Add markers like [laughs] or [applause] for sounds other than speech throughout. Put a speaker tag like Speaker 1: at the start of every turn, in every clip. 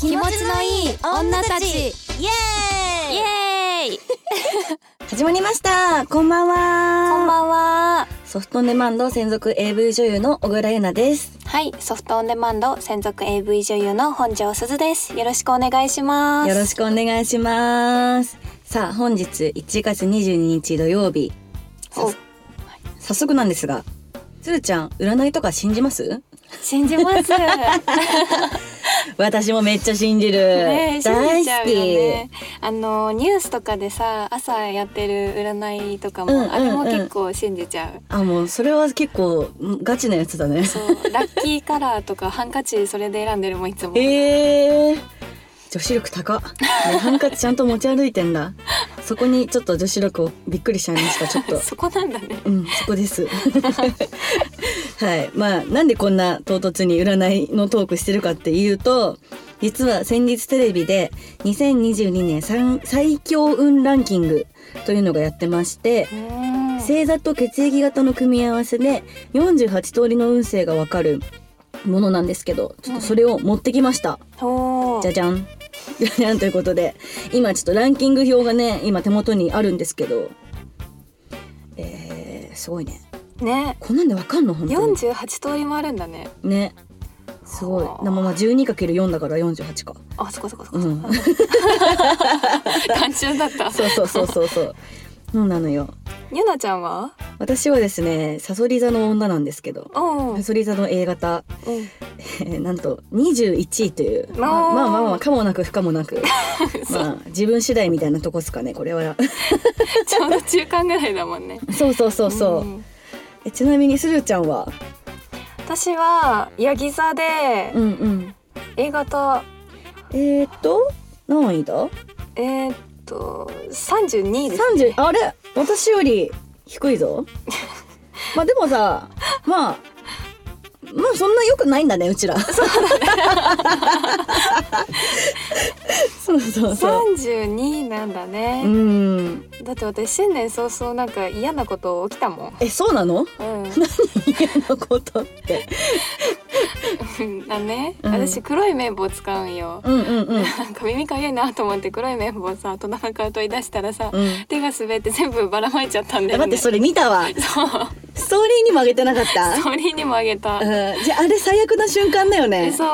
Speaker 1: 気持ちのいい女たち
Speaker 2: ー
Speaker 1: イエ
Speaker 2: イ
Speaker 1: イエーイ
Speaker 2: 始まりましたこんばんは
Speaker 1: こんばんは
Speaker 2: ソフトオンデマンド専属 AV 女優の小倉優奈です
Speaker 1: はいソフトオンデマンド専属 AV 女優の本庄すずですよろしくお願いします
Speaker 2: よろしくお願いしますさあ本日1月22日土曜日
Speaker 1: お
Speaker 2: 早速なんですがつるちゃん占いとか信じます
Speaker 1: 信じます
Speaker 2: [laughs] 私もめっちゃ信じる、
Speaker 1: ねえ信
Speaker 2: 大
Speaker 1: じちゃ
Speaker 2: 好
Speaker 1: う
Speaker 2: き、
Speaker 1: よねあのニュースとかでさ朝やってる占いとかも、
Speaker 2: うんうんうん
Speaker 1: あれも結構信じちゃう
Speaker 2: あもうそれは結構んガチなやつだね
Speaker 1: そうラッキーカラーとかハンカチそれで選んでるもんいつも
Speaker 2: えー、女子力高っ、ね、ハンカチちゃんと持ち歩いてんだそこにちょっと女子力をびっくりしちゃいましたちょっ
Speaker 1: [laughs]
Speaker 2: と
Speaker 1: そこなんだね
Speaker 2: うんそこです [laughs] はいまあなんでこんな唐突に占いのトークしてるかっていうと実は先日テレビで2022年三最強運ランキングというのがやってまして
Speaker 1: うん
Speaker 2: 星座と血液型の組み合わせで48通りの運勢がわかるものなんですけどちょっとそれを持ってきました、
Speaker 1: おー
Speaker 2: じゃじゃん。 [laughs] じゃじゃんということで、今ちょっとランキング表がね、今手元にあるんですけど、えー、すごいね。
Speaker 1: ね
Speaker 2: こんなんでわかんの本当に。
Speaker 1: 48通りもあるんだね
Speaker 2: ね。すごい。
Speaker 1: はあ
Speaker 2: なまあまあ 12×4 だから48か。
Speaker 1: あそこそこそこ、
Speaker 2: う
Speaker 1: そこ
Speaker 2: ん。
Speaker 1: 単純だった
Speaker 2: [laughs] そうそうそうそうそう。そうなのよ。
Speaker 1: ゆなちゃんは
Speaker 2: 私はですね、サソリ座の女なんですけど、
Speaker 1: お
Speaker 2: サ
Speaker 1: ー
Speaker 2: ソリ座の A 型、
Speaker 1: うん
Speaker 2: えーなんと21位という、まあ
Speaker 1: おー
Speaker 2: まあまあまあ、かもなく不可もなく、
Speaker 1: そう
Speaker 2: まあ自分次第みたいなとこっすかね、これは。 [laughs]
Speaker 1: ちょうど中間ぐらいだもんね
Speaker 2: そうそうそうそう。
Speaker 1: ん
Speaker 2: えちなみにすずちゃんは
Speaker 1: 私はヤギ座で
Speaker 2: うんうん。
Speaker 1: A 型
Speaker 2: えー、っと何位だ？
Speaker 1: えー、っと32です
Speaker 2: 三十あれ私より低い [laughs] ぞ。まあでもさまあまあそんな良くないんだねうちら。そうそうそう。
Speaker 1: 32なんだね、
Speaker 2: うん。
Speaker 1: だって私新年早々なんか嫌なこと起きたもん
Speaker 2: えそうなの？
Speaker 1: う
Speaker 2: 嫌なことって。
Speaker 1: んだね、
Speaker 2: うん
Speaker 1: 私黒い綿棒使うんよ、
Speaker 2: うんうんうん
Speaker 1: なんか耳かゆいなと思って黒い綿棒さ戸中から取り出したらさ、
Speaker 2: うん。
Speaker 1: 手が滑って全部ばらまいちゃったん
Speaker 2: え
Speaker 1: だよね
Speaker 2: 待ってそれ見たわ。
Speaker 1: そう
Speaker 2: ストーリーにもあげてなかった。
Speaker 1: [laughs] それにもあげた、
Speaker 2: うん。じゃああれ最悪な瞬間だよ
Speaker 1: で
Speaker 2: ね。
Speaker 1: そう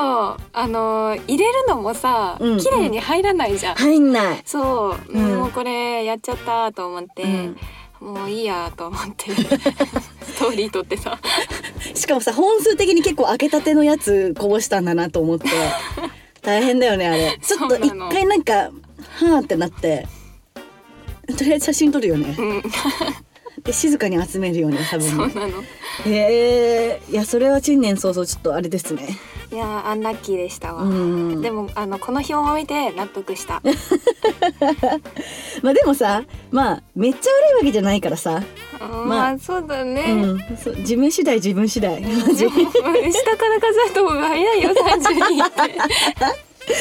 Speaker 1: あの入れるのもさ、
Speaker 2: うん
Speaker 1: 綺麗に入らないじゃん、
Speaker 2: 入んない。
Speaker 1: そ
Speaker 2: う
Speaker 1: う、
Speaker 2: ん
Speaker 1: もうこれやっちゃったと思って、
Speaker 2: うん
Speaker 1: もういいやと思って [laughs] ストーリー撮ってさ
Speaker 2: しかもさ本数的に結構開けたてのやつこぼしたんだなと思って
Speaker 1: [laughs]
Speaker 2: 大変だよねあれちょっと
Speaker 1: そう
Speaker 2: 一
Speaker 1: なの
Speaker 2: 回なんかはーってなってとりあえず写真撮るよね
Speaker 1: うん
Speaker 2: で静かに集めるよね多
Speaker 1: そう
Speaker 2: 分
Speaker 1: なの
Speaker 2: へえー、いやそれは新年早々ちょっとあれですね
Speaker 1: いやーアンラッキーでしたわ、
Speaker 2: うん
Speaker 1: でもあのこの表を見て納得した
Speaker 2: まあでもさまあめっちゃ悪いわけじゃないからさ、
Speaker 1: まあそうだ
Speaker 2: う
Speaker 1: ね、
Speaker 2: ん、そう自分次第自分次第マジ
Speaker 1: でも下から数えた方が早いよ32って
Speaker 2: [laughs]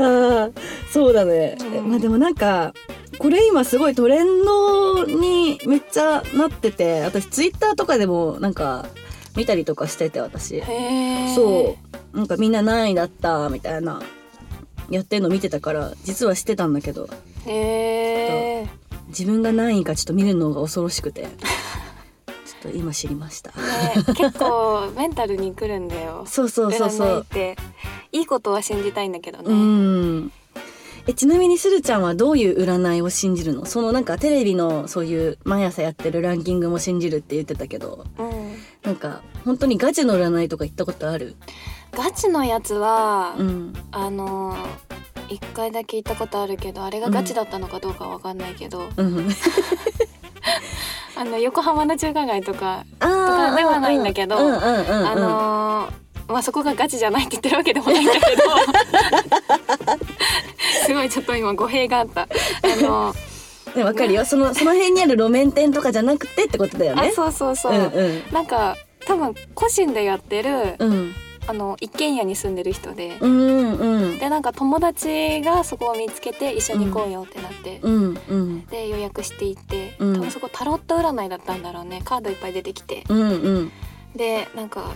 Speaker 2: ああそうだね、
Speaker 1: うん
Speaker 2: まあでもなんかこれ今すごいトレンドにめっちゃなってて私ツイッターとかでもなんか見たりとかしてて私
Speaker 1: へー
Speaker 2: そうなんかみんな何位だったみたいなやってんの見てたから実はしてたんだけど
Speaker 1: へえ
Speaker 2: 自分が何位かちょっと見るのが恐ろし
Speaker 1: [laughs]
Speaker 2: くてちょっと今知りました
Speaker 1: 結構メンタルにくるんだよ
Speaker 2: そうそうそうそ
Speaker 1: 占いっ
Speaker 2: う
Speaker 1: ていいことは信じたいんだけどね、
Speaker 2: うんえちなみにするちゃんはどういう占いを信じるのそのなんかテレビのそういう毎朝やってるランキングも信じるって言ってたけど
Speaker 1: うん
Speaker 2: なんか本当にガチの占いとか行ったことある
Speaker 1: ガチのやつは、
Speaker 2: うん
Speaker 1: あの一回だけ行ったことあるけどあれがガチだったのかどうかわかんないけど、
Speaker 2: うん
Speaker 1: あの横浜の中華街とか、
Speaker 2: あ
Speaker 1: かではないんだけど
Speaker 2: うんうんうんうん
Speaker 1: あのーまあそこがガチじゃないって言ってるわけでもないんだけど
Speaker 2: [laughs]
Speaker 1: すごいちょっと今語弊があったあのー
Speaker 2: ねわかるよそのその辺にある路面店とかじゃなくてってことだよ
Speaker 1: あ
Speaker 2: ね
Speaker 1: そうそうそう、
Speaker 2: うん
Speaker 1: なんか多分個人でやってる、
Speaker 2: うん
Speaker 1: あの一軒家に住んでる人で、
Speaker 2: うんうん
Speaker 1: でなんか友達がそこを見つけて一緒に行こうよってなって、
Speaker 2: うんうん
Speaker 1: で予約して行って、
Speaker 2: うん
Speaker 1: 多分そこタロット占いだったんだろうねカードいっぱい出てきて
Speaker 2: うんうん
Speaker 1: でなんか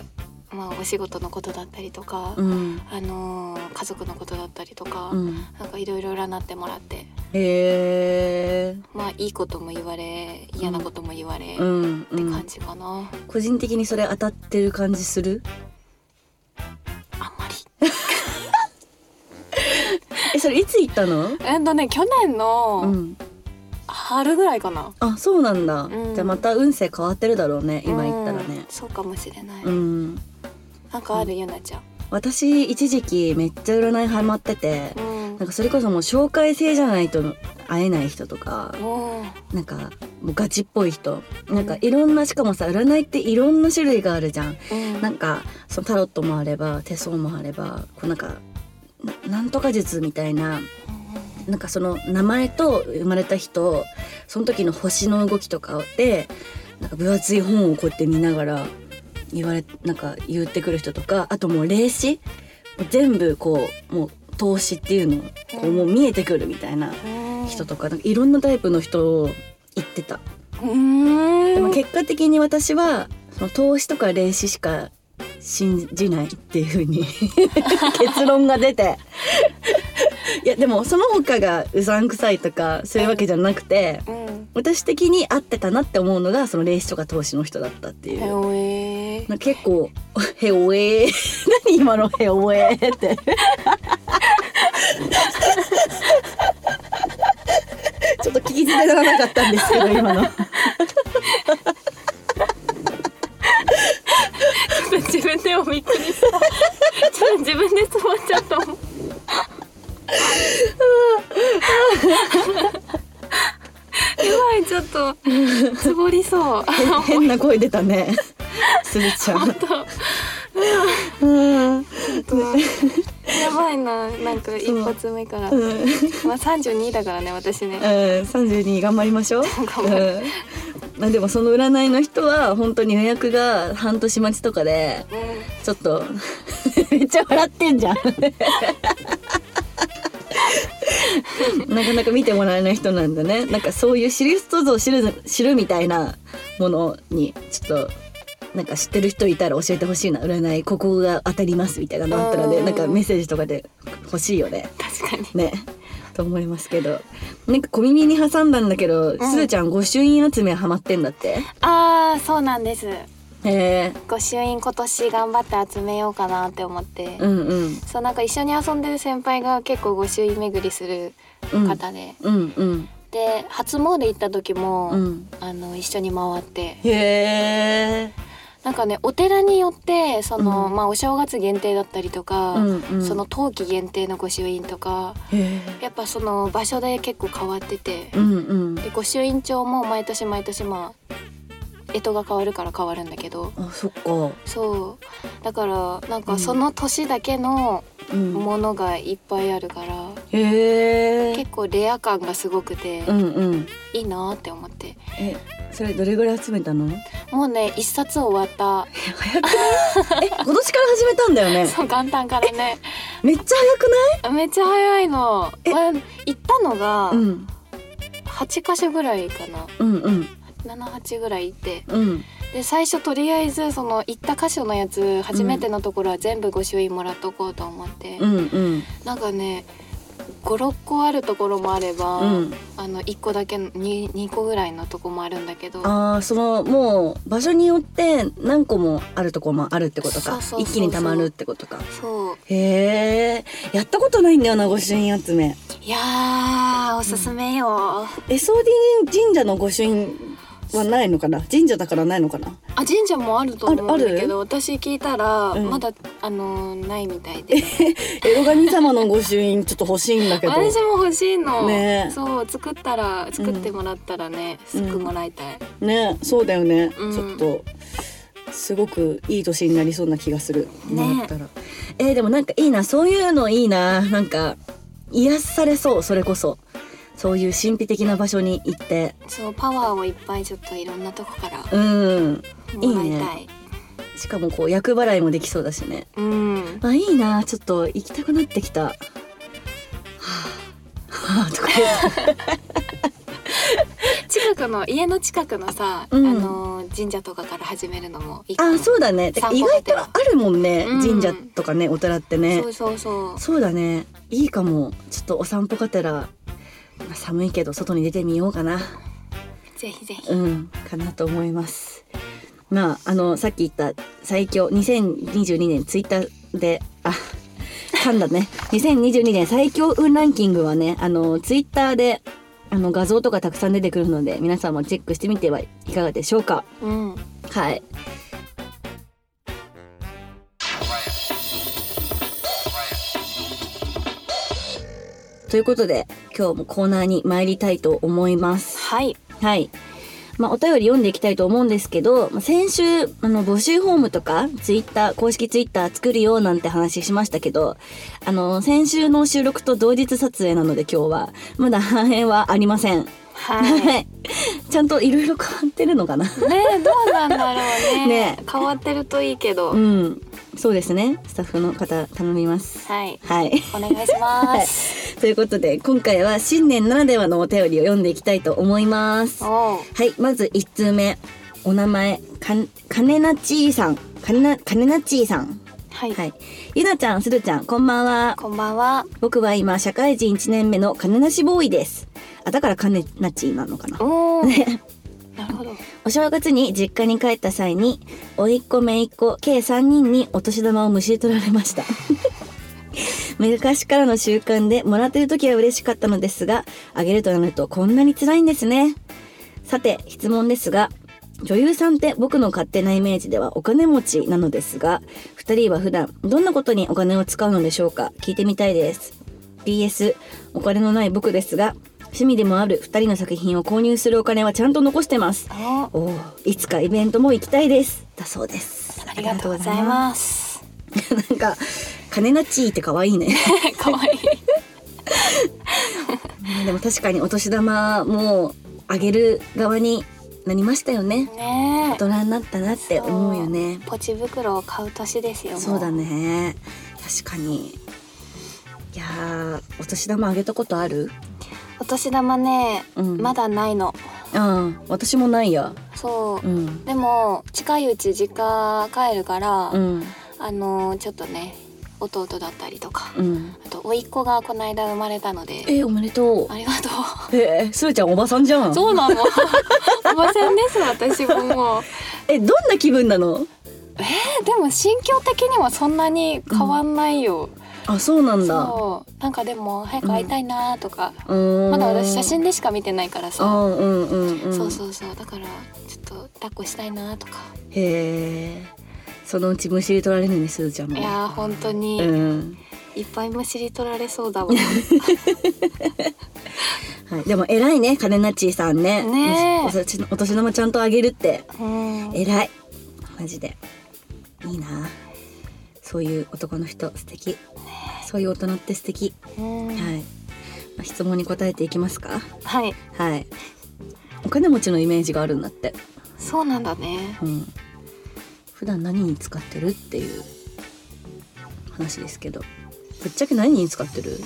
Speaker 1: まあ、お仕事のことだったりとか、
Speaker 2: うん
Speaker 1: あのー家族のことだったりとか、
Speaker 2: うん
Speaker 1: なんかいろいろ占ってもらって
Speaker 2: へえ
Speaker 1: まあいいことも言われ嫌なことも言われ、
Speaker 2: う
Speaker 1: っ
Speaker 2: んう
Speaker 1: て
Speaker 2: ん
Speaker 1: 感じかな、
Speaker 2: 個人的にそれ当たってる感じする
Speaker 1: あんまり
Speaker 2: えそれいつ行ったの
Speaker 1: えっとね去年
Speaker 2: う
Speaker 1: の
Speaker 2: ん
Speaker 1: 春ぐらいかな、
Speaker 2: あそうなんだ、
Speaker 1: うん
Speaker 2: じゃあまた運勢変わってるだろうね今行ったら
Speaker 1: うん
Speaker 2: ね
Speaker 1: そうかもしれない、
Speaker 2: うん
Speaker 1: なんかあるゆなちゃん、
Speaker 2: 私一時期めっちゃ占いハマってて
Speaker 1: うん
Speaker 2: なんかそれこそもう紹介制じゃないと会えない人とか
Speaker 1: おー
Speaker 2: なんかもうガチっぽい人なんかいろんなしかもさ占いっていろんな種類があるじゃん
Speaker 1: うん
Speaker 2: なんかそのタロットもあれば手相もあればこうなんかななんとか術みたいななんかその名前と生まれた人その時の星の動きとかでなんか分厚い本をこうやって見ながら言われなんか言ってくる人とかあともう霊視全部こうもう投資っていうのこうもう見えてくるみたいな
Speaker 1: うん
Speaker 2: 人とかなんかいろんなタイプの人を言ってた。
Speaker 1: うーん
Speaker 2: でも結果的に私はその投資とか霊視しか信じないっていう風
Speaker 1: [laughs]
Speaker 2: に結論が出ていやでもその他がうさんくさいとかそういうわけじゃなくて
Speaker 1: うん
Speaker 2: 私的に合ってたなって思うのがその霊視とか投資の人だったってい
Speaker 1: へ
Speaker 2: う。
Speaker 1: おえ
Speaker 2: なんか結構「へおえー」 [laughs] 何今の「へおえー」
Speaker 1: [laughs]
Speaker 2: ってちょっと聞き捨てならなかったんですけど今の。
Speaker 1: 自分でもびっくりしたちょっと自分で止まっちゃったもんやばいちょっとつぼりそう
Speaker 2: [laughs] 変な声出たね。 [laughs] すずちゃん。うん。
Speaker 1: やばいななんか一発目からまあ
Speaker 2: [laughs] うん。
Speaker 1: 32だからね私ね
Speaker 2: うん。三十二頑張りましょう。
Speaker 1: 頑張る
Speaker 2: うん。まあでもその占いの人は本当に予約が半年待ちとかで
Speaker 1: う
Speaker 2: ちょっと [laughs] めっちゃ笑ってんじゃん。なかなか見てもらえない人なんだね。なんかそういう知る人ぞ知る知るみたいなものにちょっとなんか知ってる人いたら教えてほしいな占いここが当たりますみたいなのあったらね
Speaker 1: うん
Speaker 2: なんかメッセージとかで欲しいよね。
Speaker 1: ん確かに
Speaker 2: ね。と思いますけどなんか小耳に挟んだんだけど、すずちゃん御朱印集めハマってんだって
Speaker 1: ああそうなんです
Speaker 2: へえ
Speaker 1: 御朱印今年頑張って集めようかなって思って、
Speaker 2: うんうん
Speaker 1: そうなんか一緒に遊んでる先輩が結構御朱印巡りする
Speaker 2: うん
Speaker 1: 方で、
Speaker 2: うんうん
Speaker 1: で初詣行った時も、
Speaker 2: うん
Speaker 1: あの一緒に回って
Speaker 2: へえ
Speaker 1: なんかねお寺によってその、
Speaker 2: うん
Speaker 1: まあお正月限定だったりとか、
Speaker 2: うんうん
Speaker 1: その冬季限定の御朱印とか
Speaker 2: へえ
Speaker 1: やっぱその場所で結構変わってて、
Speaker 2: うんうん
Speaker 1: で御朱印帳も毎年毎年まあ干支が変わるから変わるんだけど
Speaker 2: あそっか
Speaker 1: そうだからなん
Speaker 2: う
Speaker 1: か
Speaker 2: ん
Speaker 1: その年だけの
Speaker 2: うん
Speaker 1: ものがいっぱいあるから、
Speaker 2: へえ
Speaker 1: 結構レア感がすごくて、
Speaker 2: うんうん
Speaker 1: いいなって思って
Speaker 2: えそれどれぐらい集め
Speaker 1: [laughs]
Speaker 2: たの
Speaker 1: もうね一冊終わった
Speaker 2: 早くないえ今年から始めたんだよね
Speaker 1: そう元旦からね [laughs]
Speaker 2: めっちゃ早く
Speaker 1: めっちゃ早いの、
Speaker 2: え
Speaker 1: まあ行ったのが
Speaker 2: ないうん
Speaker 1: 8箇所ぐらいかな
Speaker 2: うんうん
Speaker 1: 78ぐらい行って
Speaker 2: うん
Speaker 1: で最初とりあえずその行った箇所のやつ初めてのところは全部御朱印もらっとこうと思って、
Speaker 2: うんうん
Speaker 1: なんかね56個あるところもあれば、
Speaker 2: うん
Speaker 1: あの1個だけ 2, 2個ぐらいのとこもあるんだけど
Speaker 2: ああそのもう場所によって何個もあるとこもあるってこと
Speaker 1: そ
Speaker 2: か
Speaker 1: うそうそうそう
Speaker 2: 一気にたまるってことか
Speaker 1: そう
Speaker 2: へえやったことないんだよな御朱印集め
Speaker 1: いやーおすすめよ、
Speaker 2: SOD 神社の御朱印はないのかな神社だからないのかな
Speaker 1: あ神社もあると思う
Speaker 2: あ
Speaker 1: ん
Speaker 2: るある
Speaker 1: だけど私聞いたら、
Speaker 2: うん
Speaker 1: まだあのーないみたいで
Speaker 2: エロ神様の御朱印ちょっと欲しいん
Speaker 1: [laughs]
Speaker 2: だけど
Speaker 1: 私も欲しいの、
Speaker 2: ねえ
Speaker 1: そう作ったら作ってもらったらね、
Speaker 2: うん
Speaker 1: すぐもらいたい、
Speaker 2: ねそうだよね、
Speaker 1: うん
Speaker 2: ちょっとすごくいい年になりそうな気がする
Speaker 1: ね
Speaker 2: もらったらえーでもなんかいいなそういうのいいななんか癒されそうそれこそそういう神秘的な場所に行って
Speaker 1: そうパワーをいっぱいちょっといろんなとこからも
Speaker 2: うん
Speaker 1: らいたい
Speaker 2: しかもこう厄払いもできそうだしね
Speaker 1: うん
Speaker 2: まあいいなちょっと行きたくなってきたはあはあとか [laughs] 言って
Speaker 1: 近くの家の近くのさ、
Speaker 2: うん
Speaker 1: あのー神社とかから始めるのもいいかも
Speaker 2: あそうだねてか
Speaker 1: 散
Speaker 2: 意
Speaker 1: 歩が
Speaker 2: 外
Speaker 1: て
Speaker 2: と
Speaker 1: ら
Speaker 2: あるもんね、
Speaker 1: うん
Speaker 2: 神社とかねお寺ってね
Speaker 1: そうそうそう
Speaker 2: そうだねいいかもちょっとお散歩がてら、まあ寒いけど外に出てみようかな
Speaker 1: ぜひぜひ
Speaker 2: うんかなと思いますまああのさっき言った最強2022年ツイッターであ噛んだね2022年最強運ランキングはねあのツイッターであの画像とかたくさん出てくるので皆さんもチェックしてみてはいかがでしょうか
Speaker 1: うん
Speaker 2: はいということで今日もコーナーに参りたいと思います
Speaker 1: はい
Speaker 2: はい。まあ、お便り読んでいきたいと思うんですけど、まあ先週、あの、募集フォームとか、ツイッター、公式ツイッター作るよなんて話しましたけど、あの、先週の収録と同日撮影なので今日は、まだ半円はありません。
Speaker 1: はいね
Speaker 2: い。ちゃんといろいろ変わってるのかな。
Speaker 1: えどうなんだろうね
Speaker 2: [laughs] ね
Speaker 1: 変わってるといいけど、
Speaker 2: うん。そうですね。スタッフの方頼みます。
Speaker 1: はい
Speaker 2: はい。 [laughs]
Speaker 1: お願いします、
Speaker 2: ということで、今回は新年ならではのお便りを読んでいきたいと思います。
Speaker 1: おう
Speaker 2: [laughs] はい、まず1通目。お名前、かん、金なちーさん。金な、金なちーさん。
Speaker 1: はい、
Speaker 2: はい。ゆなちゃん、するちゃん、こんばんは。
Speaker 1: こんばんは
Speaker 2: 僕は今、社会人1年目の金なしボーイです。あ、だから金なちーなのかな。[laughs]
Speaker 1: おおなるほど
Speaker 2: お正月に実家に帰った際に、甥っ子姪っ子、計3人にお年玉をむし取られました。 [laughs] 昔からの習慣でもらってる時は嬉しかったのですが、あげるとなるとこんなに辛いんですね。さて、質問ですが、女優さんって僕の勝手なイメージではお金持ちなのですが、二人は普段どんなことにお金を使うのでしょうか聞いてみたいです。PS、お金のない僕ですが、趣味でもある二人の作品を購入するお金はちゃんと残してます。
Speaker 1: お
Speaker 2: おお、いつかイベントも行きたいです。だそうです。
Speaker 1: ありがとうございます
Speaker 2: す。なんか、金なちーって可愛い
Speaker 1: [laughs]
Speaker 2: ね。
Speaker 1: かわいい
Speaker 2: でも確かにお年玉もあげる側になりましたよね。
Speaker 1: ね
Speaker 2: 大人になったなって思うよね。
Speaker 1: ポチ袋を買う年ですよも
Speaker 2: そうだね。確かに。いやー、お年玉あげたことある
Speaker 1: お年玉ね、
Speaker 2: うん
Speaker 1: まだないの
Speaker 2: うん、私もないや。
Speaker 1: そう、
Speaker 2: うん。
Speaker 1: でも近いうち実家帰るから、
Speaker 2: うん。
Speaker 1: あのーちょっとね弟だったりとか、
Speaker 2: うん。
Speaker 1: あと甥っ子がこの間生まれたので
Speaker 2: え、おめでと
Speaker 1: ありがと
Speaker 2: う。
Speaker 1: う
Speaker 2: えー、すーちゃんおばさんじゃん。
Speaker 1: そうな [laughs] のおばさんです私ももう
Speaker 2: え、どんな気分なの
Speaker 1: えーでも心境的にはそんなに変わんないよ、
Speaker 2: あ、そうなんだ。
Speaker 1: そうなんかでも早く会いたいなとか、
Speaker 2: うーん
Speaker 1: まだ私写真でしか見てないからさ、
Speaker 2: あーうんうんうん
Speaker 1: そうそうそうだからちょっと抱っこしたいなとか、
Speaker 2: へえそのうちむしり取られるねすずちゃんも
Speaker 1: いやー本当に、
Speaker 2: うん
Speaker 1: いっぱいむしり取られそうだわ
Speaker 2: はい、でも偉いね金なちさんね
Speaker 1: ねえ
Speaker 2: お年お年玉ちゃんとあげるって
Speaker 1: うん
Speaker 2: 偉いマジでいいなそういう男の人素敵そういう大人って素敵、
Speaker 1: うん
Speaker 2: はい、まあ質問に答えていきますか
Speaker 1: はい
Speaker 2: はいお金持ちのイメージがあるんだって
Speaker 1: そうなんだね
Speaker 2: うん、普段何に使ってるっていう話ですけどぶっちゃけ何に使ってる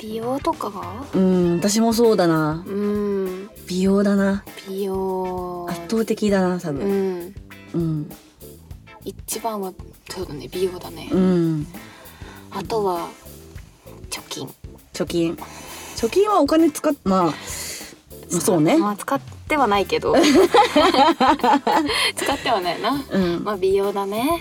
Speaker 1: 美容とかは
Speaker 2: うん私もそうだな
Speaker 1: うん
Speaker 2: 美容だな
Speaker 1: 美容
Speaker 2: 圧倒的だな多
Speaker 1: う
Speaker 2: 分
Speaker 1: ん
Speaker 2: うん
Speaker 1: 一番はそうだね美容だね、
Speaker 2: うん
Speaker 1: あとは貯金
Speaker 2: 貯金貯金はお金使っまあまあそうね
Speaker 1: まあ使ってはな
Speaker 2: [laughs]
Speaker 1: いけど使ってはないな
Speaker 2: うん
Speaker 1: まあ美容だね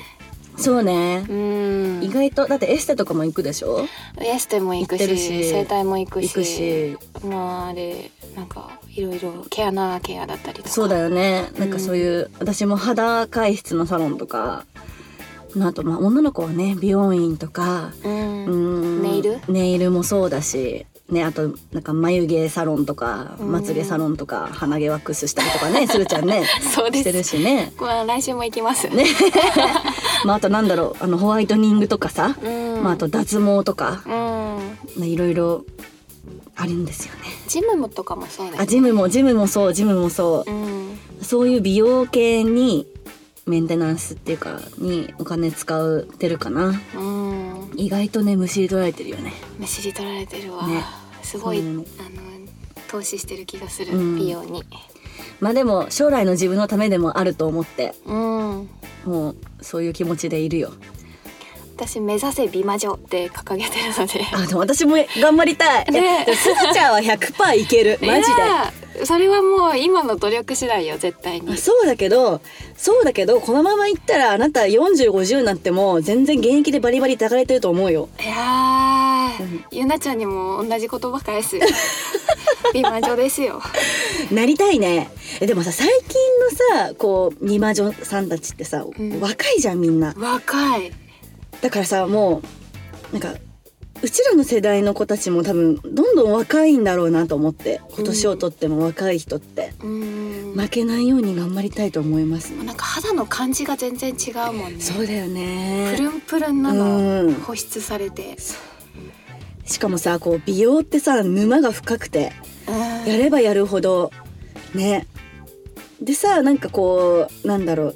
Speaker 2: そうね
Speaker 1: うん
Speaker 2: 意外とだってエステとかも行くでしょ
Speaker 1: ウエステも行く
Speaker 2: 行ってる
Speaker 1: し
Speaker 2: し
Speaker 1: 整体も行くし
Speaker 2: 行くし
Speaker 1: まああれなんかいろいろ毛穴ケアだったりとか
Speaker 2: そうだよ
Speaker 1: よ
Speaker 2: ねなんかそういう、私も肌回室のサロンとかあとまあ女の子はね美容院とか
Speaker 1: うん、
Speaker 2: うーん
Speaker 1: ネイル
Speaker 2: ネイルもそうだしねあとなんか眉毛サロンとか
Speaker 1: うん
Speaker 2: まつげサロンとか鼻毛ワックスしたりとか
Speaker 1: [laughs]
Speaker 2: ねするちゃんね
Speaker 1: そうで
Speaker 2: し
Speaker 1: す
Speaker 2: てるしね、
Speaker 1: まあ来週も行きます
Speaker 2: ねまあ、あとなんだろうあのホワイトニングとかさ、
Speaker 1: うん
Speaker 2: まあ、あと脱毛とか
Speaker 1: うん
Speaker 2: ねいろいろあるんですよね
Speaker 1: ジムもとかもそうだ
Speaker 2: あ
Speaker 1: よね
Speaker 2: ジムもジムもそうジムもそ
Speaker 1: うん
Speaker 2: うそういう美容系にメンテナンスっていうかにお金使うてるかな
Speaker 1: うん
Speaker 2: 意外とねむしり取られてるよね
Speaker 1: むしり取られてるわ、
Speaker 2: ね
Speaker 1: すごい、
Speaker 2: そうだよね
Speaker 1: あの投資してる気がする、
Speaker 2: うん
Speaker 1: 美容に
Speaker 2: まあでも将来の自分のためでもあると思って
Speaker 1: うん
Speaker 2: もうそういう気持ちでいるよ
Speaker 1: 私目指せ美魔女って掲げてるので [laughs]
Speaker 2: あでも私も頑張りたい
Speaker 1: ね
Speaker 2: えすずちゃんは100%いけるマジで
Speaker 1: いやーそれはもう今の努力次第よ絶対に
Speaker 2: あそうだけどそうだけどこのままいったらあなた4050になっても全然現役でバリバリ抱かれてると思うよ
Speaker 1: いやー、
Speaker 2: うん
Speaker 1: ゆなちゃんにも同じ言葉
Speaker 2: [laughs]
Speaker 1: 返す美魔女ですよ
Speaker 2: なりたいねえでもさ最近のさこう二魔女さんたちってさ、
Speaker 1: ん
Speaker 2: 若いじゃんみんな
Speaker 1: 若い
Speaker 2: だからさもうなんかうちらの世代の子たちも多分どんどん若いんだろうなと思って今年をとっても若い人って、
Speaker 1: うん
Speaker 2: 負けないように頑張りたいと思います、
Speaker 1: なんか肌の感じが全然違うもんね
Speaker 2: そうだよね
Speaker 1: プルンプルンなの、
Speaker 2: うん
Speaker 1: 保湿されて
Speaker 2: しかもさこう美容ってさ沼が深くて
Speaker 1: うん
Speaker 2: やればやるほどねでさなんかこうなんだろう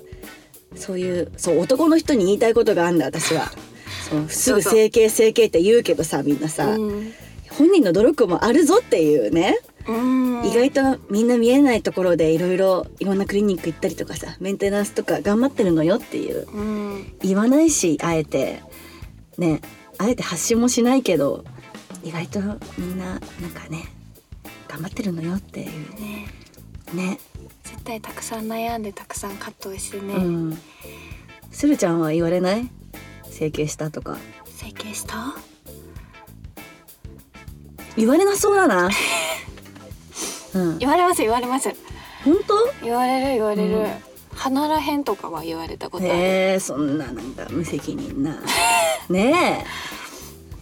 Speaker 2: そういうそう男の人に言いたいことがあんだ私
Speaker 1: [laughs]
Speaker 2: はそうすぐ整形整形って言うけどさみんなさ、
Speaker 1: うん
Speaker 2: 本人の努力もあるぞっていうね、
Speaker 1: うん
Speaker 2: 意外とみんな見えないところでいろいろいろんなクリニック行ったりとかさメンテナンスとか頑張ってるのよっていう
Speaker 1: うん
Speaker 2: 言わないしあえてねあえて発信もしないけど意外とみんななんかね頑張ってるのよっていう
Speaker 1: ね
Speaker 2: ね
Speaker 1: 絶対たくさん悩んでたくさん葛藤してね、
Speaker 2: うんスルちゃんは言われない整形したとか
Speaker 1: 整形した
Speaker 2: 言われなそうだなうん
Speaker 1: 言われます言われます
Speaker 2: 本
Speaker 1: 言われる言われる、
Speaker 2: うん
Speaker 1: 鼻らへんとかは言われたこ
Speaker 2: 当
Speaker 1: [laughs] とあ
Speaker 2: ね
Speaker 1: る、
Speaker 2: えそんななんか無責任なね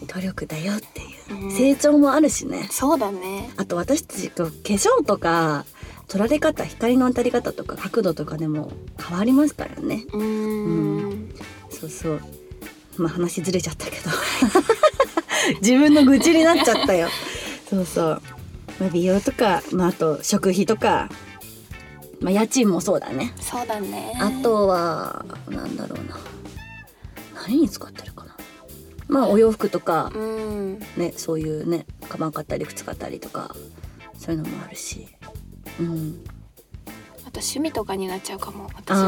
Speaker 2: え努力だよっていう、
Speaker 1: うん
Speaker 2: 成長もあるしね
Speaker 1: そうだね
Speaker 2: あと私たちこう化粧とか取られ方光の当たり方とか角度とかでも変わりますからね
Speaker 1: うーんん
Speaker 2: そうそうまあ話ずれちゃったけど [laughs] 自分の愚痴になっちゃったよそうそう、まあ、美容とか、まあ、あと食費とか、まあ、家賃もそうだね
Speaker 1: そうだね
Speaker 2: あとはなんだろうな何に使ってるかなまあお洋服とか
Speaker 1: うん
Speaker 2: ねそういうねカバン買ったり靴買ったりとかそういうのもあるしうん
Speaker 1: あと趣味とかになっちゃうかも私は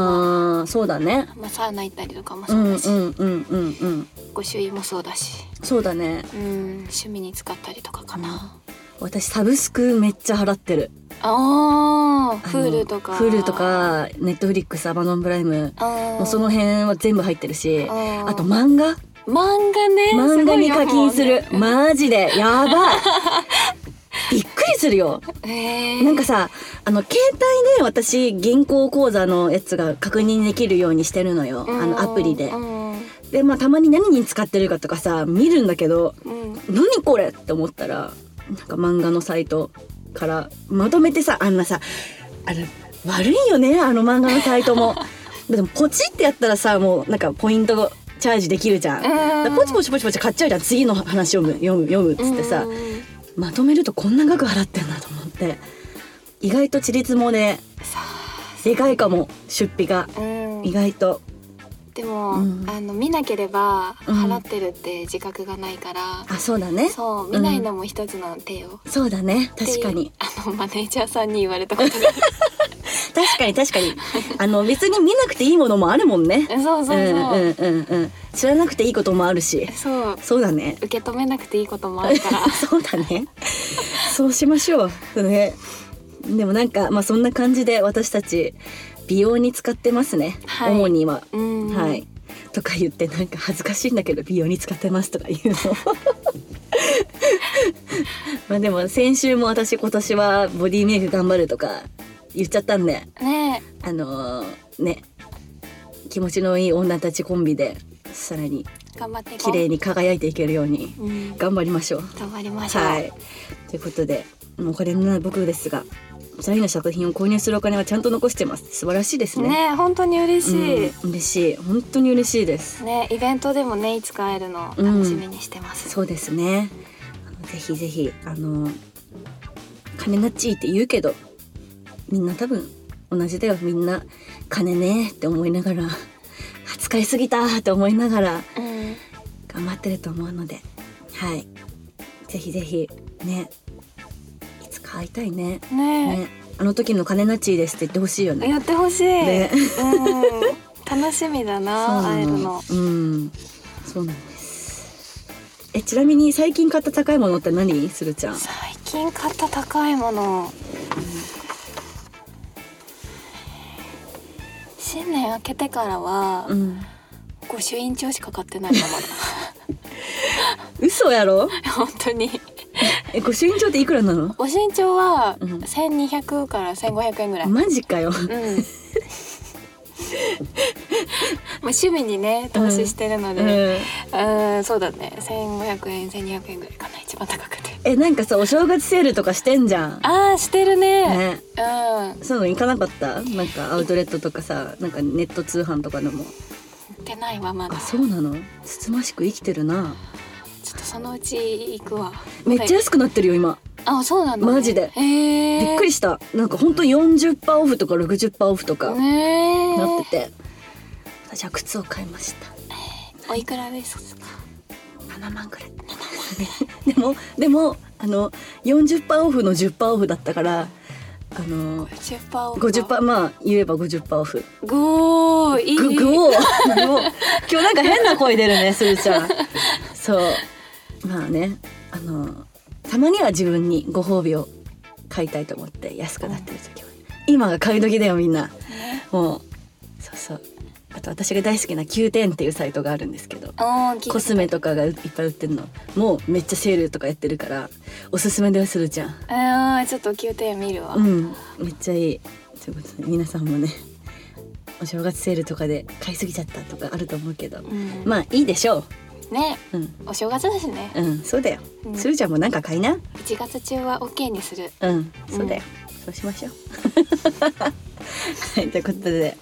Speaker 2: あーそうだね
Speaker 1: まあ、サウナ行ったりとかも
Speaker 2: う
Speaker 1: そうん
Speaker 2: う
Speaker 1: だ
Speaker 2: ん
Speaker 1: し、
Speaker 2: うんうんうん
Speaker 1: ご主人もそうだし
Speaker 2: そうだね
Speaker 1: うん趣味に使ったりとかかな、
Speaker 2: 私サブスクめっちゃ払ってる
Speaker 1: ああ
Speaker 2: あ
Speaker 1: フ
Speaker 2: の
Speaker 1: ールとか
Speaker 2: フールとかネットフリックスアマゾンプライム
Speaker 1: も
Speaker 2: もうその辺は全部入ってるしあ
Speaker 1: あ
Speaker 2: と漫画
Speaker 1: 漫画ね
Speaker 2: 漫画に課金する
Speaker 1: ごいよもうね
Speaker 2: マジでや
Speaker 1: [laughs]
Speaker 2: ばいびっくりするよ
Speaker 1: えー、
Speaker 2: なんかさあの携帯で私銀行口座のやつが確認できるようにしてるのよ
Speaker 1: うん
Speaker 2: あのアプリで
Speaker 1: うん
Speaker 2: でまあたまに何に使ってるかとかさ見るんだけど
Speaker 1: うん
Speaker 2: 何これって思ったらなんか漫画のサイトからまとめてさあんなさあれ悪いよねあの漫画のサイト
Speaker 1: [laughs]
Speaker 2: もでもポチってやったらさもうなんかポイントチャージできるじゃん、だからポチポチポチポチ買っちゃうじゃん次の話読む読む読むっつってさ、
Speaker 1: うん
Speaker 2: まとめるとこんな額払ってんだと思って意外とちりつもで
Speaker 1: さ
Speaker 2: でかいかも出費が
Speaker 1: あうん
Speaker 2: 意外と
Speaker 1: でも、
Speaker 2: うん
Speaker 1: あの見なければ
Speaker 2: うん
Speaker 1: 払ってるって自覚がないから、
Speaker 2: あそうだねそ
Speaker 1: そう見ないのも一つの手を、
Speaker 2: うだね確かに
Speaker 1: っていうあのマネージャーさんに言われたこと
Speaker 2: [laughs]
Speaker 1: がある
Speaker 2: 確かに確かにあの別に見なくていいものもあるもんね
Speaker 1: そうそうそう、
Speaker 2: んうんうんうん知らなくていいこともあるし
Speaker 1: そう
Speaker 2: そうだね
Speaker 1: 受け止めなくていいこともあ
Speaker 2: [laughs]
Speaker 1: るから
Speaker 2: そうだねそうしましょうねでもなんかまあそんな感じで私たち美容に使ってますね、
Speaker 1: はい
Speaker 2: 主には、
Speaker 1: うん
Speaker 2: はいとか言ってなんか恥ずかしいんだけど美容に使ってますとか言うの [laughs] まあでも先週も私今年はボディメイク頑張るとか言っちゃったんで
Speaker 1: ねえ
Speaker 2: あのーね気持ちのいい女たちコンビでさらに
Speaker 1: 頑張っていこ
Speaker 2: 綺
Speaker 1: う
Speaker 2: 麗に輝いていけるように
Speaker 1: うん、
Speaker 2: 頑張りましょう。
Speaker 1: 頑張りましょう、
Speaker 2: はい、ということでもうこれな僕ですがその日の作品を購入するお金はちゃんと残してます素晴らしいですね。
Speaker 1: ねえ本当に嬉しい、
Speaker 2: うん、嬉しい本当に嬉しいです。
Speaker 1: ねイベントでもねいつか会えるのを楽しみにしてます、
Speaker 2: そうですねあのぜひぜひあの金がちいって言うけどみんな多分同じだよみんな金ねーって思いながら扱いすぎたーって思いながら
Speaker 1: うん
Speaker 2: 頑張ってると思うのではいぜひぜひねいつか会いたいね。
Speaker 1: ね
Speaker 2: ね、あの時の金ナッチーですって言ってほしいよ
Speaker 1: え、
Speaker 2: ね。
Speaker 1: やってほしい、
Speaker 2: ね、
Speaker 1: うん、楽しみだ
Speaker 2: そう
Speaker 1: な会えるの
Speaker 2: うん、そうなんです。え、ちなみに最近買った高いものって何、するちゃん。
Speaker 1: 最近買った高いもの新年明けてからは
Speaker 2: うん、
Speaker 1: 御朱印帳しか買ってないかも
Speaker 2: 嘘やろ。
Speaker 1: [laughs] 本当に
Speaker 2: え、御朱印帳っていくらなの。
Speaker 1: 御朱印帳は
Speaker 2: うん
Speaker 1: 1200から1500円ぐらい、うん
Speaker 2: マジかよ。
Speaker 1: まあ趣味にね投資してるの
Speaker 2: うん、
Speaker 1: で、
Speaker 2: え、
Speaker 1: うん、そうだね1500円1200円ぐらいかな一番高くて
Speaker 2: なんかさ、お正月セールとかしてんじゃん。
Speaker 1: ああしてるね
Speaker 2: ね。
Speaker 1: うん
Speaker 2: そういうの行かなかったなんかアウトレットとかさなんかネット通販とかでも
Speaker 1: 行ってないわまだ
Speaker 2: あ
Speaker 1: ち
Speaker 2: そうなのつつましく生きてるな
Speaker 1: ょっとそのうち行くわ
Speaker 2: めっちゃ安くなってるよ今
Speaker 1: あそうなんだ、ね、
Speaker 2: マジで
Speaker 1: へえ
Speaker 2: びっくりしたなんかほんと40%オフとか60%オフとかなっ
Speaker 1: ねえ
Speaker 2: てて私は靴を買いました
Speaker 1: おいくらですか
Speaker 2: 7万くらい [laughs] でもでもあの40%オフの10%オフだったからあの
Speaker 1: 50%オフ
Speaker 2: 50%まあ言えば50%オフ
Speaker 1: グオーいい
Speaker 2: ググオーもう今日なんか変な声出るねするちゃんそうまあねあのたまには自分にご褒美を買いたいと思って安くなってる時は今が買い時だよみんな
Speaker 1: ね
Speaker 2: もうそうそうあと私が大好きな Q 点っていうサイトがあるんですけど
Speaker 1: うん聞い
Speaker 2: コスメとかがいっぱい売ってるのもうめっちゃセールとかやってるからおすすめだよするちゃん
Speaker 1: あーちょっと宮廷見るわ、
Speaker 2: うんめっちゃいいということで皆さんもねお正月セールとかで買いすぎちゃったとかあると思うけど
Speaker 1: うん
Speaker 2: まあいいでしょ
Speaker 1: ね
Speaker 2: ううん
Speaker 1: お正月だしね
Speaker 2: うんそうだよ、
Speaker 1: うん
Speaker 2: するちゃんもなんか買いな
Speaker 1: 1月中は OK にする
Speaker 2: うんそうだよ、そうしましょう [laughs] はいということで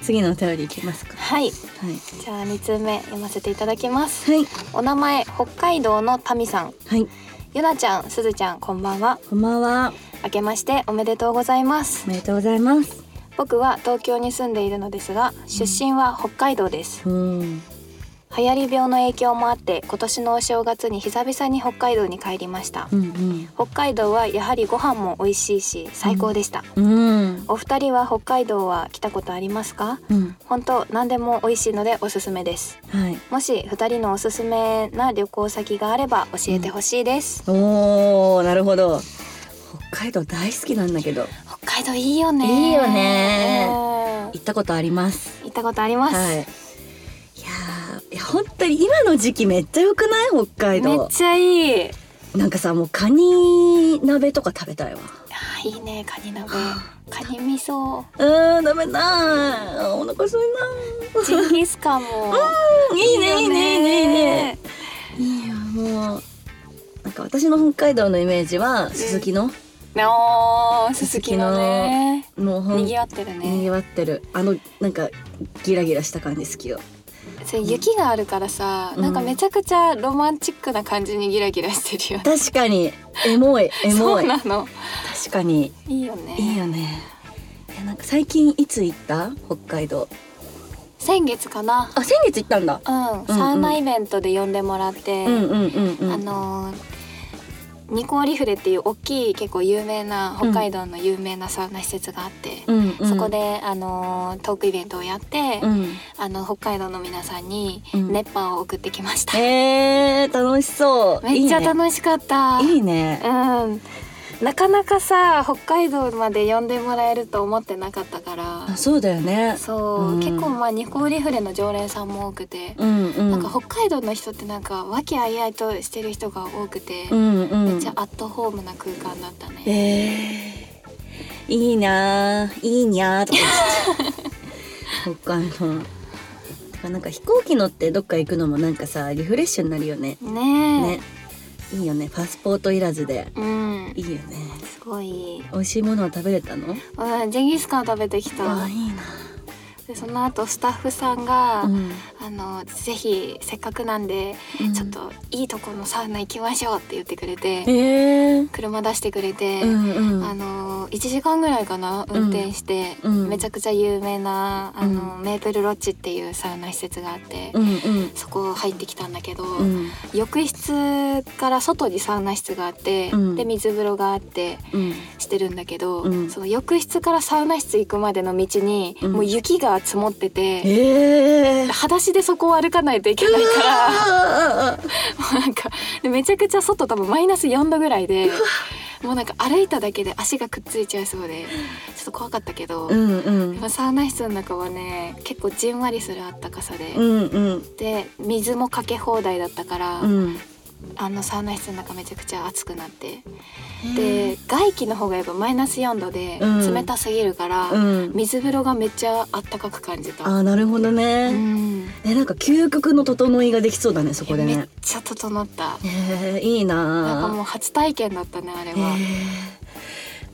Speaker 2: 次のお便りいきますか
Speaker 1: はい
Speaker 2: はい
Speaker 1: じゃあ2通目読ませていただきます
Speaker 2: はい
Speaker 1: お名前北海道のタミさん
Speaker 2: はい
Speaker 1: ゆなちゃんすずちゃんこんばんは
Speaker 2: こんばんは
Speaker 1: 明けましておめでとうございます
Speaker 2: おめでとうございます
Speaker 1: 僕は東京に住んでいるのですが出身は北海道です
Speaker 2: うん
Speaker 1: 流行り病の影響もあって今年のお正月に久々に北海道に帰りました
Speaker 2: うん
Speaker 1: 北海道はやはりご飯も美味しいし最高でした、
Speaker 2: うんうん
Speaker 1: お二人は北海道は来たことありますか
Speaker 2: うん
Speaker 1: 本当何でも美味しいのでおすすめです
Speaker 2: はい
Speaker 1: もし二人のおすすめな旅行先があれば教えてほしいです、
Speaker 2: おーなるほど北海道大好きなんだけど
Speaker 1: 北海道いいよね
Speaker 2: いいよね
Speaker 1: うん
Speaker 2: 行ったことあります
Speaker 1: 行ったことあります、
Speaker 2: はいいやーいや本当に今の時期めっちゃ良くない北海
Speaker 1: めっ
Speaker 2: 道
Speaker 1: ちゃいい
Speaker 2: なんかさもうカニ鍋とか食べたいわ
Speaker 1: あーいいねカニ鍋カニ味噌
Speaker 2: うーん食べたいお腹すいな
Speaker 1: ジンギスカンも
Speaker 2: うん [laughs] いいねいいねいいねいいねいいよもうなんか私の北海道のイメージはすすきの、
Speaker 1: おーすすきのね
Speaker 2: もうほん
Speaker 1: にぎわってる
Speaker 2: にぎ
Speaker 1: ね
Speaker 2: わってるあのなんかギラギラした感じ好きよ
Speaker 1: それ雪があるからさ、
Speaker 2: うん
Speaker 1: なんかめちゃくちゃロマンチックな感じにギラギラしてるよね
Speaker 2: 確かにエモいエ
Speaker 1: そ
Speaker 2: モ
Speaker 1: う
Speaker 2: い
Speaker 1: なの
Speaker 2: 確かに
Speaker 1: いいよね
Speaker 2: いいよねいやなんか最近いつ行った北海道
Speaker 1: 先月かな
Speaker 2: あ先月行ったんだ
Speaker 1: うんサウナイベントで呼んでもらって、
Speaker 2: うんうんうんうん
Speaker 1: あのーニコーリフレっていう大きい結構有名な北海道の有名なサウナ施設があって、
Speaker 2: うんうん
Speaker 1: そこで、あのートークイベントをやって、
Speaker 2: うん
Speaker 1: あの北海道の皆さんに
Speaker 2: うん
Speaker 1: 熱波を送ってきました、
Speaker 2: えー、楽しそう
Speaker 1: めっちゃ
Speaker 2: し
Speaker 1: 楽しかった
Speaker 2: いいね
Speaker 1: うんなかなかさ北海道まで呼んでもらえると思ってなかったから
Speaker 2: あそうだよね
Speaker 1: そう、
Speaker 2: うん
Speaker 1: 結構まあニコーリフレの常連さんも多くて、
Speaker 2: うんうん
Speaker 1: なんか北海道の人ってなんか和気あいあいとしてる人が多くて、
Speaker 2: うんうん
Speaker 1: めっちゃアットホームな空間だったね。
Speaker 2: えー、いいなーいいにゃーとか
Speaker 1: [laughs]
Speaker 2: 言って北海道てかなんか飛行機乗ってどっか行くのもなんかさリフレッシュになるよね
Speaker 1: ねえ、
Speaker 2: ねいいよねパスポートいらずで
Speaker 1: うん
Speaker 2: いいよね
Speaker 1: すごい。
Speaker 2: 美味しいものは食べれたの
Speaker 1: うんジンギスカン食べてきた。
Speaker 2: いいな
Speaker 1: でその後スタッフさんが、
Speaker 2: うん
Speaker 1: あのぜひせっかくなんで、
Speaker 2: うん
Speaker 1: ちょっといいとこのサウナ行きましょうって言ってくれて、
Speaker 2: えー
Speaker 1: 車出してくれて、
Speaker 2: うんうん
Speaker 1: あの1時間ぐらいかな運転して、
Speaker 2: うん
Speaker 1: めちゃくちゃ有名なあの、
Speaker 2: う
Speaker 1: メープルロッジっていうサウナ施設があって、
Speaker 2: うんうん
Speaker 1: そこ入ってきたんだけど、
Speaker 2: うん
Speaker 1: 浴室から外にサウナ室があって、
Speaker 2: うん
Speaker 1: で水風呂があって
Speaker 2: うん
Speaker 1: してるんだけど、
Speaker 2: うん
Speaker 1: その浴室からサウナ室行くまでの道に、
Speaker 2: うん
Speaker 1: もう雪が積もってて。
Speaker 2: えー
Speaker 1: 裸足でそこを歩かないといけないから
Speaker 2: あー
Speaker 1: もうなんかでめちゃくちゃ外多分マイナス4度ぐらいでもうなんか歩いただけで足がくっついちゃいそうでちょっと怖かったけど、
Speaker 2: うんうん
Speaker 1: まあサウナ室の中はね結構じんわりするあったかさで、
Speaker 2: うんうん
Speaker 1: で水もかけ放題だったから、
Speaker 2: うん
Speaker 1: あのサウナ室の中めちゃくちゃ暑くなって、で外気の方がやっぱマイナス4度で
Speaker 2: うん
Speaker 1: 冷たすぎるから、
Speaker 2: うん
Speaker 1: 水風呂がめっちゃあったかく感じた。
Speaker 2: あーなるほど
Speaker 1: う
Speaker 2: ね
Speaker 1: ん
Speaker 2: えなんか究極の整いができそうだねそこで
Speaker 1: めっ
Speaker 2: ね
Speaker 1: ちゃ整った
Speaker 2: えーいい
Speaker 1: なん
Speaker 2: な
Speaker 1: かもう初体験だったねあれ
Speaker 2: え
Speaker 1: は。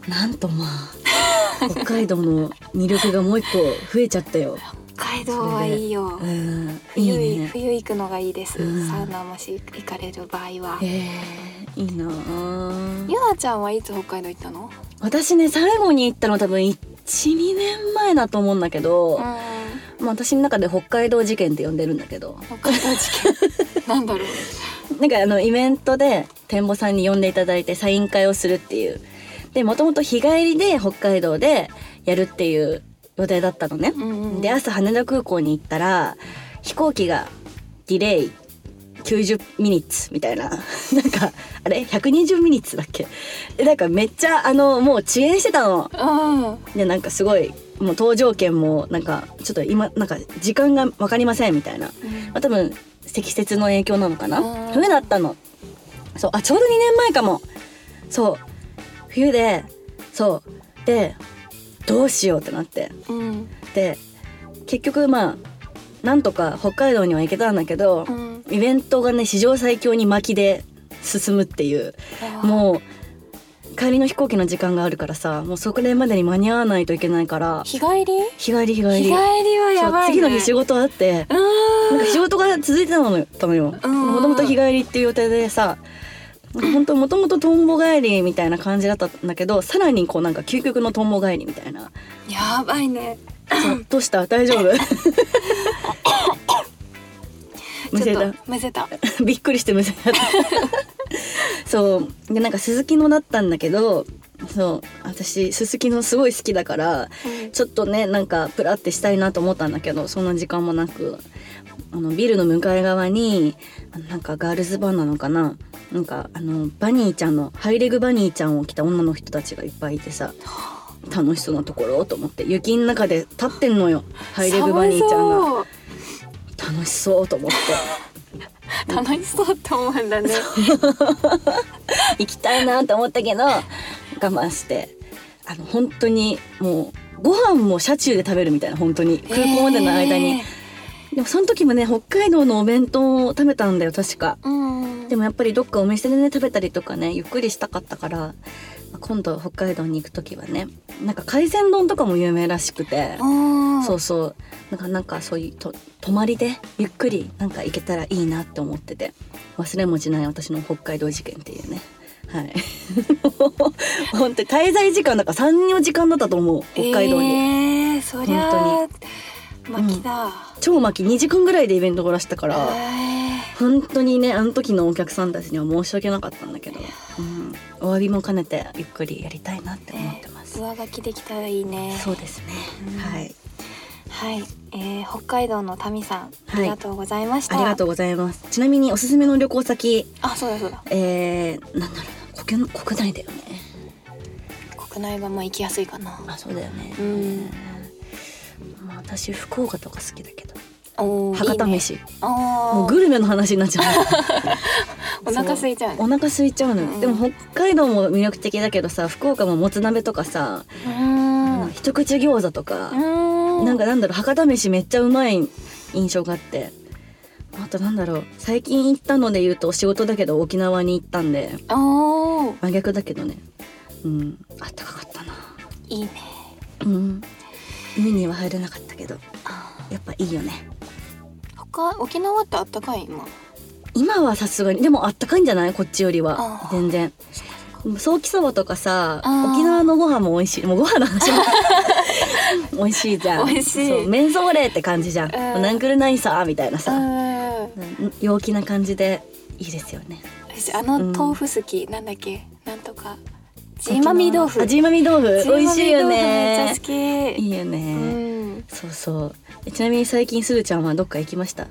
Speaker 2: ーなんとまあ北海道の魅力がもう一個増えちゃったよ
Speaker 1: 北海道はいいよ
Speaker 2: う。んい
Speaker 1: 冬
Speaker 2: いね
Speaker 1: 冬行くのがいいです。
Speaker 2: うん
Speaker 1: サウナもし行かれる場合は。
Speaker 2: えーいいなあ
Speaker 1: ゆなちゃんはいつ北海道行ったの？
Speaker 2: 私ね最後に行ったの多分12年前だと思うんだけど、まあ、
Speaker 1: ん。
Speaker 2: 私の中で北海道事件って呼んでるんだけど
Speaker 1: 北海道事件。
Speaker 2: [laughs]
Speaker 1: なんだろう。
Speaker 2: なんかあのイベントで展望さんに呼んでいただいてサイン会をするっていうでもともと日帰りで北海道でやるっていう予定だったのね、
Speaker 1: うんうん
Speaker 2: で朝羽田空港に行ったら飛行機がディレイ90ミニッツみたいな [laughs] なんかあれ120ミニッツだっけえなんかめっちゃあのもう遅延してたの
Speaker 1: うん。
Speaker 2: でなんかすごいもう搭乗券もなんかちょっと今なんか時間が分かりませんみたいなまあ、多分積雪の影響なのかな
Speaker 1: うん
Speaker 2: 冬だったのそうあちょうど2年前かもそう冬でそうでどうしようってなって
Speaker 1: うん。
Speaker 2: で結局まあなんとか北海道には行けたんだけど、
Speaker 1: うん。
Speaker 2: イベントがね史上最強に巻きで進むっていう
Speaker 1: う
Speaker 2: もう帰りの飛行機の時間があるからさもうそこまでに間に合わないといけないから
Speaker 1: 日帰り？
Speaker 2: 日帰り日帰り
Speaker 1: 日帰りはやばい、
Speaker 2: そう次
Speaker 1: ね。
Speaker 2: の日仕事あって
Speaker 1: うん。
Speaker 2: なんか仕事が続いてたのよたのよ。
Speaker 1: うんうんうん
Speaker 2: もともと日帰りっていう予定でさ本当もともととんぼ帰りみたいな感じだったんだけどさらにこうなんか究極のとんぼ帰りみたい
Speaker 1: [laughs]
Speaker 2: な
Speaker 1: やばいね。
Speaker 2: そうどうした大丈
Speaker 1: [laughs]
Speaker 2: 夫 [laughs] む
Speaker 1: ち
Speaker 2: せ
Speaker 1: ょ
Speaker 2: た
Speaker 1: っとむせた。
Speaker 2: [laughs] びっくりしてむせたそうでなんか鈴木のだったんだけどそう私鈴木のすごい好きだからちょっとねなんかプラってしたいなと思ったんだけどそんな時間もなくあのビルの向かい側にあのなんかガールズバーなのかななんかあのバニーちゃんのハイレグバニーちゃんを着た女の人たちがいっぱいいてさ楽しそうなところと思って雪の中で立ってんのよハイレグバニーちゃんが
Speaker 1: 寒
Speaker 2: 楽しそうと思って
Speaker 1: そう楽しそうって思うんだね。
Speaker 2: 行きたいなと思ったけど我慢してあの本当にもうご飯も車中で食べるみたいな本当に空港までの間に。
Speaker 1: え
Speaker 2: でもその時もね北海道のお弁当を食べたんだよ確か
Speaker 1: ー。うん。
Speaker 2: でもやっぱりどっかお店でね食べたりとかねゆっくりしたかったからまあ今度北海道に行く時はねなんか海鮮丼とかも有名らしくて、
Speaker 1: うん。
Speaker 2: そうそうなんかなんかそういうと泊まりでゆっくりなんか行けたらいいなって思ってて忘れもしない私の北海道事件っていうねはい [laughs] もう本当に滞在時間だから34時間だったと思う北海道に、
Speaker 1: えー、そりゃあ巻きだ、
Speaker 2: 超巻き2時間ぐらいでイベントがらしたから。
Speaker 1: え
Speaker 2: 本当にねあの時のお客さんたちには申し訳なかったんだけど、うん、お詫びも兼ねてゆっくりやりたいなって
Speaker 1: ー
Speaker 2: 思ってます、
Speaker 1: 上書きできたらいいね
Speaker 2: そうですね、
Speaker 1: うん
Speaker 2: はい
Speaker 1: はい、えー、北海道の民さんあ
Speaker 2: はい
Speaker 1: りがとうございました、
Speaker 2: ありがとうございますちなみにおすすめの旅行先
Speaker 1: あそうだそうだ
Speaker 2: えー、なんだろうな国国内だよね
Speaker 1: 国内がまあ行きやすいかな
Speaker 2: あそうだよね
Speaker 1: うん
Speaker 2: まあ私福岡とか好きだけど
Speaker 1: おー
Speaker 2: 博多
Speaker 1: いいね
Speaker 2: 飯
Speaker 1: あ
Speaker 2: もう
Speaker 1: ー
Speaker 2: グルメの話になっちゃう
Speaker 1: [laughs] お腹空いちゃうね
Speaker 2: お腹空いちゃうのよ、
Speaker 1: うん
Speaker 2: でも北海道も魅力的だけどさ福岡ももつ鍋とかさ、
Speaker 1: うーんう
Speaker 2: 一口餃子とか、
Speaker 1: ーん
Speaker 2: なんかなんだろう博多飯めっちゃうまい印象があってあとなんだろう最近行ったので言うと仕事だけど沖縄に行ったんで
Speaker 1: おー
Speaker 2: 真逆だけどねうんあったかかったない
Speaker 1: いね
Speaker 2: うん海には入れなかったけどやっぱいいよね
Speaker 1: 他沖縄ってあったかい今
Speaker 2: 今はさすがにでもあったかいんじゃないこっちより
Speaker 1: あ
Speaker 2: は
Speaker 1: ー
Speaker 2: 全然ソーキそばとかさ
Speaker 1: あー
Speaker 2: 沖縄のご飯も美味しいもうご飯の話
Speaker 1: [laughs]
Speaker 2: も美味しいじゃん
Speaker 1: 美味しい
Speaker 2: そう麺それって感じじゃん、
Speaker 1: うん
Speaker 2: もうなんくるないさみたいな
Speaker 1: う
Speaker 2: さ、
Speaker 1: ん
Speaker 2: うん陽気な感じでいいですよね
Speaker 1: 私あの豆腐好き、なんだっけなんとかジーマミー豆腐
Speaker 2: あジーマミー豆腐
Speaker 1: ジーマミー
Speaker 2: 美味しいよね
Speaker 1: 豆腐めっちゃ好き
Speaker 2: いいよね、
Speaker 1: うん、
Speaker 2: そうそうえちなみに最近すずちゃんはどっか行きました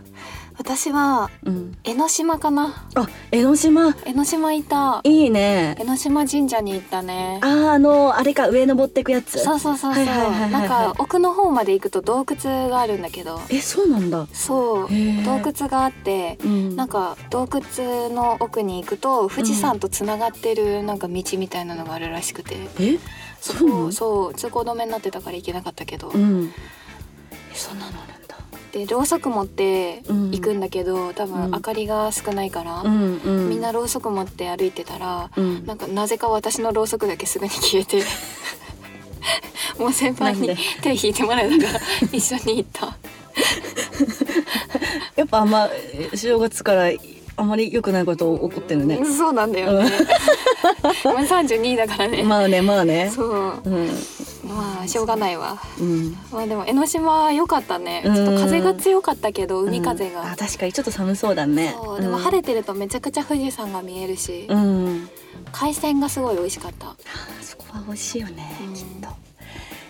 Speaker 1: 私は
Speaker 2: うん
Speaker 1: 江ノ島かな
Speaker 2: あ江ノ島
Speaker 1: 江ノ島行った
Speaker 2: いいね
Speaker 1: 江ノ島神社に行ったね
Speaker 2: あーあのあれか上登ってくやつ
Speaker 1: そうそうそうそ
Speaker 2: は
Speaker 1: う、
Speaker 2: いはいはいはい
Speaker 1: なんか奥の方まで行くと洞窟があるんだけど
Speaker 2: えそうなんだ
Speaker 1: そう
Speaker 2: へー
Speaker 1: 洞窟があって
Speaker 2: うん
Speaker 1: なんか洞窟の奥に行くと富士山とつながってるなんか道みたいなのがあるらしくて、
Speaker 2: え
Speaker 1: そ
Speaker 2: そうなの
Speaker 1: こそう通行止めになってたから行けなかったけど、
Speaker 2: うんえそんなのあるんだ
Speaker 1: でろうそく持って
Speaker 2: うん
Speaker 1: 行くんだけど、多分
Speaker 2: うん
Speaker 1: 明かりが少ないから、
Speaker 2: うんうん
Speaker 1: みんなろうそく持って歩いてたら、
Speaker 2: うん
Speaker 1: なんかなぜか私のろうそくだけすぐに消
Speaker 2: [laughs]
Speaker 1: えてもう先輩に
Speaker 2: なんで
Speaker 1: 手引いてもらえた
Speaker 2: [laughs]
Speaker 1: から一緒に行った
Speaker 2: やっぱあんまえ正月からあまり良くないこと起こってるね
Speaker 1: そうなんだよね [laughs] もう32だからね、
Speaker 2: まあねまあね
Speaker 1: そう
Speaker 2: うん
Speaker 1: まあしょうがないわ
Speaker 2: うん
Speaker 1: まあでも江ノ島は良かったねち
Speaker 2: うん
Speaker 1: ょっと風が強かったけど海風
Speaker 2: うんあ
Speaker 1: が、
Speaker 2: 確かにちょっと寒そうだね
Speaker 1: そうでも
Speaker 2: れ
Speaker 1: 晴れてるとめちゃくちゃ富士山が見えるし、
Speaker 2: うん
Speaker 1: 海鮮がすごい美味しかった
Speaker 2: あそこは美味しいよね、
Speaker 1: うん
Speaker 2: きっと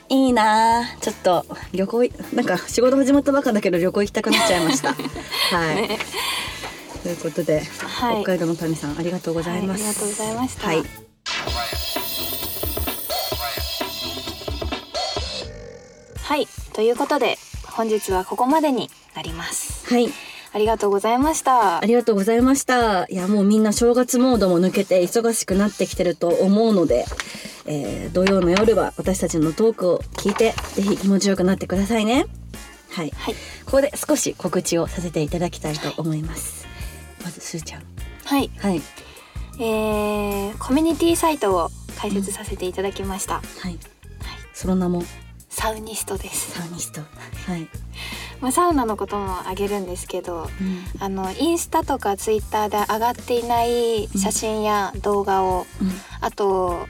Speaker 2: いいなあちょっと旅行いなんか仕事始まったばっかだけど旅行行きたくなっちゃいました
Speaker 1: [laughs]
Speaker 2: はい、
Speaker 1: ね
Speaker 2: ということで、
Speaker 1: はい
Speaker 2: 北海道の民さんありがとうございます、
Speaker 1: はいありがとうございました
Speaker 2: はい
Speaker 1: はいということで本日はここまでになります
Speaker 2: はい
Speaker 1: ありがとうございました
Speaker 2: ありがとうございました。いや、もうみんな正月モードも抜けて忙しくなってきてると思うので、えー土曜の夜は私たちのトークを聞いて、ぜひ気持ちよくなってくださいね。はい。
Speaker 1: はい
Speaker 2: ここで少し告知をさせていただきたいと思います。まず、すーちゃん。
Speaker 1: はい
Speaker 2: はい。
Speaker 1: えー、コミュニティサイトを開設させていただきました、
Speaker 2: はい。その名も、
Speaker 1: サウニストです、
Speaker 2: サウニスト。はい。
Speaker 1: まあ、サウナのこともあげるんですけどあのインスタとかツイッターで上がっていない写真や動画を、あと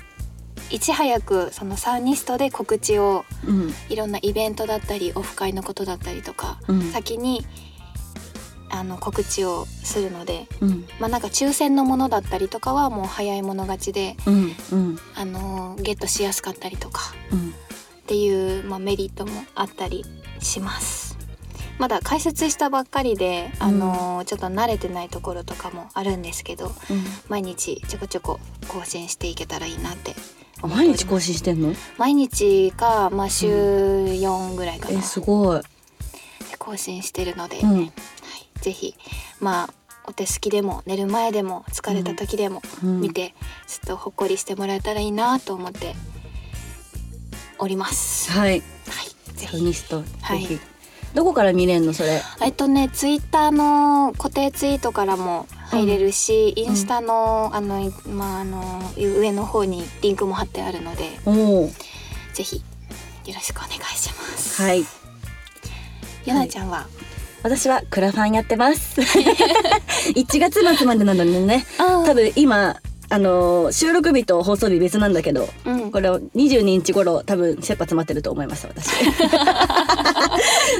Speaker 1: いち早くそのサウニストで告知を
Speaker 2: うん。うん。
Speaker 1: いろんなイベントだったりオフ会のことだったりとか、
Speaker 2: うん
Speaker 1: 先にあの告知をするので
Speaker 2: うん。
Speaker 1: まあなんか抽選のものだったりとかはもう早い者勝ちで、
Speaker 2: うん。うん。
Speaker 1: あのーゲットしやすかったりとか
Speaker 2: うん。
Speaker 1: っていう、まあ、メリットもあったりします。まだ開設したばっかりで、あのーちょっと慣れてないところとかもあるんですけど毎日ちょこちょこ更新していけたらいいなって
Speaker 2: うん。毎日更新してんの
Speaker 1: 毎日か、まあ、週4ぐらいかな、
Speaker 2: え、すごい。
Speaker 1: で更新してるので、
Speaker 2: うん
Speaker 1: はい、ぜひまあお手すきでも寝る前でも疲れた時でも
Speaker 2: うん
Speaker 1: 見て、ちょっとほっこりしてもらえたらいいなと思っております。は
Speaker 2: はい。
Speaker 1: い、ぜ
Speaker 2: サウ
Speaker 1: ひ
Speaker 2: ニスト、
Speaker 1: はい
Speaker 2: ぜひどこから見れんのそれ
Speaker 1: えっとねツイッターの固定ツイートからも入れるし、インスタのあのいまああの上の方にリンクも貼ってあるので
Speaker 2: おお
Speaker 1: ぜひよろしくお願いします。
Speaker 2: はい
Speaker 1: ヨナちゃんは、
Speaker 2: 私はクラファンやってます
Speaker 1: [laughs]
Speaker 2: 1月末までなのにね
Speaker 1: あ
Speaker 2: 多分今あのー収録日と放送日別なんだけど
Speaker 1: うん
Speaker 2: これを22日頃多分切羽詰まってると思います私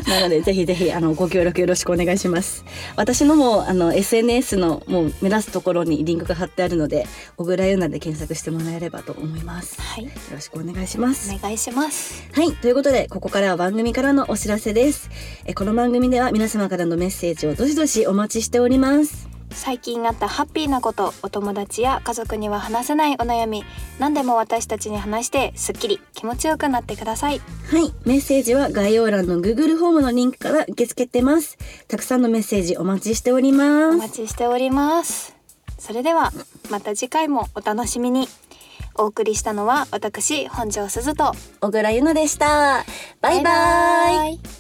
Speaker 2: なのでぜひぜひあのご協力よろしくお願いします私のもあの SNS のもう目指すところにリンクが貼ってあるので小倉優奈で検索してもらえればと思いますよ [laughs]
Speaker 1: はい
Speaker 2: ろしくお願いします
Speaker 1: お願いします。
Speaker 2: はい。ということで、ここからは番組からのお知らせです。えこの番組では皆様からのメッセージをどしどしお待ちしております。
Speaker 1: 最近あったハッピーなことお友達や家族には話せないお悩み何でも私たちに話してすっきり気持ちよくなってください
Speaker 2: はい。メッセージは概要欄の Google ホームのリンクから受け付けてます。たくさんのメッセージお待ちしており
Speaker 1: お
Speaker 2: ま
Speaker 1: 待
Speaker 2: す。
Speaker 1: ちしておりますそれではまた次回もお楽しみにお送りしたのは私本庄すずと
Speaker 2: 小倉優奈でした。バイバイ。
Speaker 1: イ